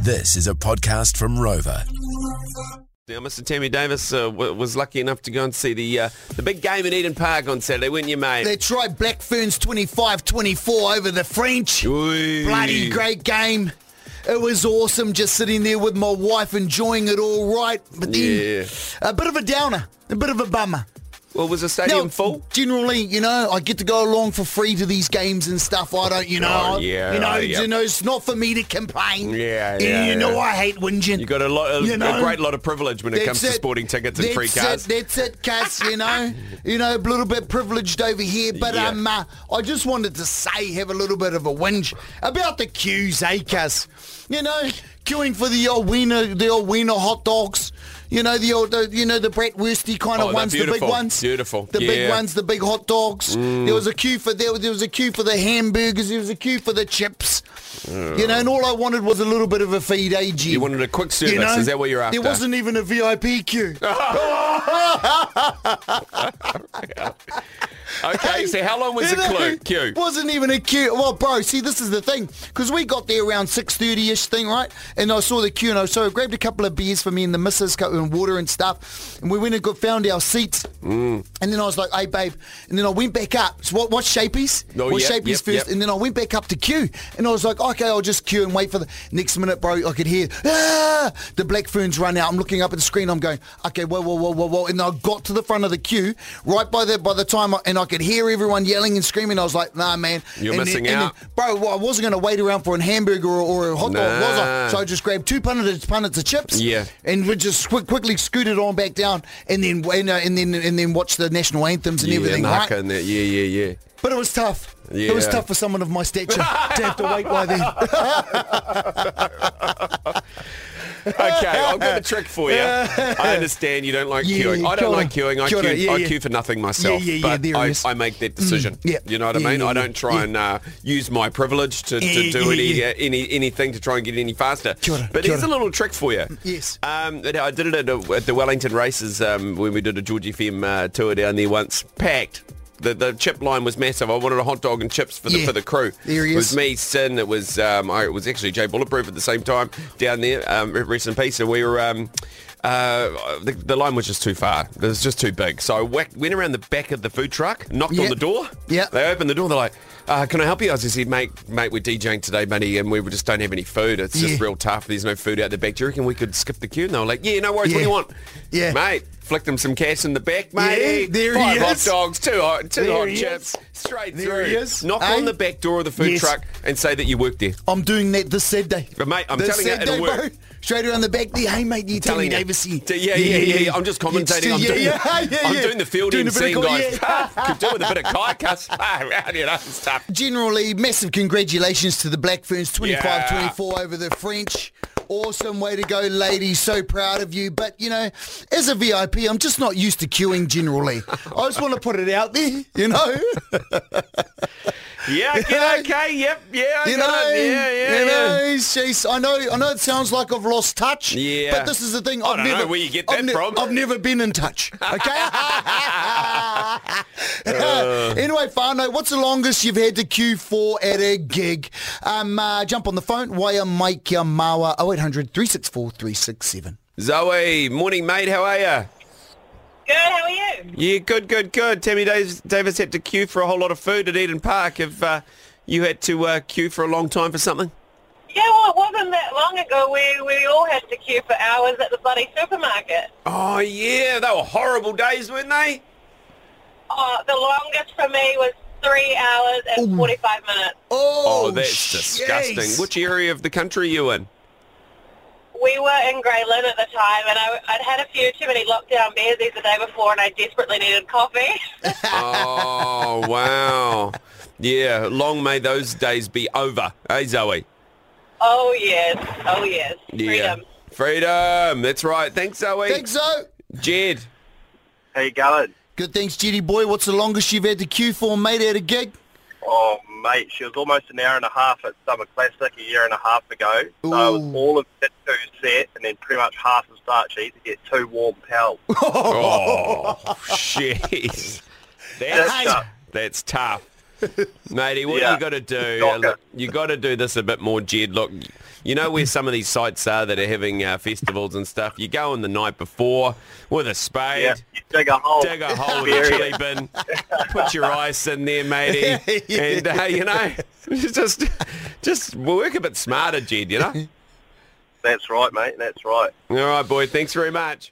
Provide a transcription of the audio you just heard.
This is a podcast from Rover. Now, Mr. Tammy Davis uh, w- was lucky enough to go and see the uh, the big game at Eden Park on Saturday, weren't you, mate? That's right, Black Ferns 25-24 over the French. Oi. Bloody great game. It was awesome just sitting there with my wife enjoying it all right. But then Yeah. a bit of a downer, a bit of a bummer. Well, was the stadium full? generally, you know, I get to go along for free to these games and stuff. I don't, you know, Oh, yeah, you know, yeah. you know, it's not for me to complain. Yeah, You- yeah, You know, yeah. I hate whinging. You got a lot, of, You know, a great lot of privilege when it That's comes to it. sporting tickets and that's free cars. It, that's it, Cass, you know. you know, a little bit privileged over here. But Yeah. um, uh, I just wanted to say, have a little bit of a whinge about the queues, eh, Cass? You know, queuing for the old wiener, the old wiener hot dogs. You know, the old, the, you know, the bratwursty kind Oh, of they're ones, the big beautiful, ones. beautiful, The yeah. Mm. big ones, the big hot dogs. There was a queue for there, there was a queue for the hamburgers, there was a queue for the chips. You know, and all I wanted was a little bit of a feed, eh, G? Oh. You wanted a quick service, is that what you're after? Oh, There wasn't even a VIP queue. okay, so how long was the clue? Q. Wasn't even a queue. Well, bro, see, this is the thing. Because we got there around 6.30ish thing, right? And I saw the queue and I so I grabbed a couple of beers for me and the missus, co- and water and stuff. And we went and got, found our seats. Mm. And then I was like, hey, babe. And then I went back up. So what, what's Shapey's? Oh, what's yep, Shapey's yep, first? yep. And then I went back up to queue. And I was like, okay, I'll just queue and wait for the... Next minute, bro, I could hear, ah! The black ferns run out. I'm looking up at the screen. I'm going, okay, whoa, whoa, whoa, whoa, whoa. And I got to the front of the queue right by the, by the time... I, and I could hear everyone yelling and screaming. I was like, nah, man. You're And then- missing and then- out. bro, well, I wasn't going to wait around for an hamburger or, or a hot dog, was I? Nah. So I just grabbed two punnets, punnets of chips. Yeah. And we just quick, quickly scooted on back down and then and, uh, and then and then watched the national anthems and yeah, everything, Naka right? and that. Yeah, yeah, yeah. But it was tough. It was Yeah. tough for someone of my stature to have to wait by then. Okay, I've got a trick for you. I understand you don't like Yeah, queuing. I kia don't ora. like queuing. I, Kia queue, ora, yeah, I yeah. queue for nothing myself. Yeah, yeah, yeah, but there it I, is. Mm, I make that decision. yeah. You know what Yeah, I mean? yeah, I don't yeah, try yeah. and uh, use my privilege to, to Yeah, yeah, do yeah, any, yeah. Uh, any anything to try and get any faster. Kia ora, but kia here's a ora. little trick for you. Yes. Um, that I did it at, a, at the Wellington races um, when we did a George FM uh, tour down there once. Packed. The, the chip line was massive. I wanted a hot dog and chips for the Yeah. for the crew. There he It was is. me, Sin. It was um, I, it was actually Jay Bulletproof at the same time down there. Um, rest in peace. And we were um, uh, the, the line was just too far. It was just too big. So I whacked, went around the back of the food truck, knocked on Yeah. the door. Yeah. They opened the door. They're like, uh, "Can I help you?" I just said, "Mate, mate, we're DJing today, buddy, and we just don't have any food. It's just Yeah. real tough. There's no food out the back. Do you reckon we could skip the queue?" And they were like, "Yeah, no worries. What do Yeah. you want?" Yeah. mate. Flicked him some cash in the back, mate. Yeah, there he Five hot is. dogs, two hot, two There hot he chips, is. straight There through. he is. Knock Eh? on the back door of the food Yes. truck and say that you work there. I'm doing that this Saturday. But mate, I'm this telling you, it'll Saturday, work. bro. Straight around the back there. Hey, mate, you Telling telling me, you. Davis. D- Yeah, yeah, yeah, yeah. I'm just commentating. I'm, yeah, doing, yeah, yeah, I'm yeah. doing the field Doing end a bit of scene, co- guys. yeah. Could do with a bit of kai cuss. Ah, round it up and stuff. Generally, massive congratulations to the Black Ferns 25 Yeah. 24 over the French. Awesome way to go, ladies. So proud of you. But, you know, as a VIP, I'm just not used to queuing generally. I just want to put it out there, you know? Yeah, yeah, okay, yep, yeah, I You got know? it. yeah, yeah, yeah. you know, she's, I know I know it sounds like I've lost touch. Yeah. But this is the thing. I've don't know never, where you get I've that from. I've never been in touch. Okay? anyway, Farno, what's the longest you've had to queue for at a gig? Um, uh, jump on the phone, Waya Mike ya Mawa 0800 364 367. Zoe, morning, mate. How are you? Good, how are you? Yeah, good, good, good. Tammy Davis, Davis had to queue for a whole lot of food at Eden Park. Have uh, you had to uh, queue for a long time for something? Yeah, well, it wasn't that long ago where we all had to queue for hours at the bloody supermarket. Oh, yeah, they were horrible days, weren't they? Oh, the longest for me was three hours and 45 minutes. Oh, that's disgusting. Which area of the country are you in? We were in Greylin at the time, and I, I'd had a few too many lockdown beers the day before, and I desperately needed coffee. oh, wow. Yeah, long may those days be over. Hey, Zoe. oh, yes. Oh, yes. Yeah. Freedom. Freedom. That's right. Thanks, Zoe. Thanks, so. Jed. How you going? Good thanks, Jetty boy. What's the longest you've had to queue for, mate, at a gig? Oh, mate, she was almost an hour and a half at Summer Classic a year and a half ago. So I was Ooh. all of that two set and then pretty much half the start sheet to get two warm pals. Oh, jeez. That's Hey. tough. That's tough. Matey, what Yeah. you got to do? Knock uh, it. look, you got to do this a bit more, Jed. Look, you know where some of these sites are that are having uh, festivals and stuff. You go in the night before with a spade. Yeah, you dig a hole. Dig a hole in the Bury chili it. bin, put your ice in there, matey, Yeah. and uh, you know, just just work a bit smarter, Jed. You know. That's right, mate. That's right. All right, boy. Thanks very much.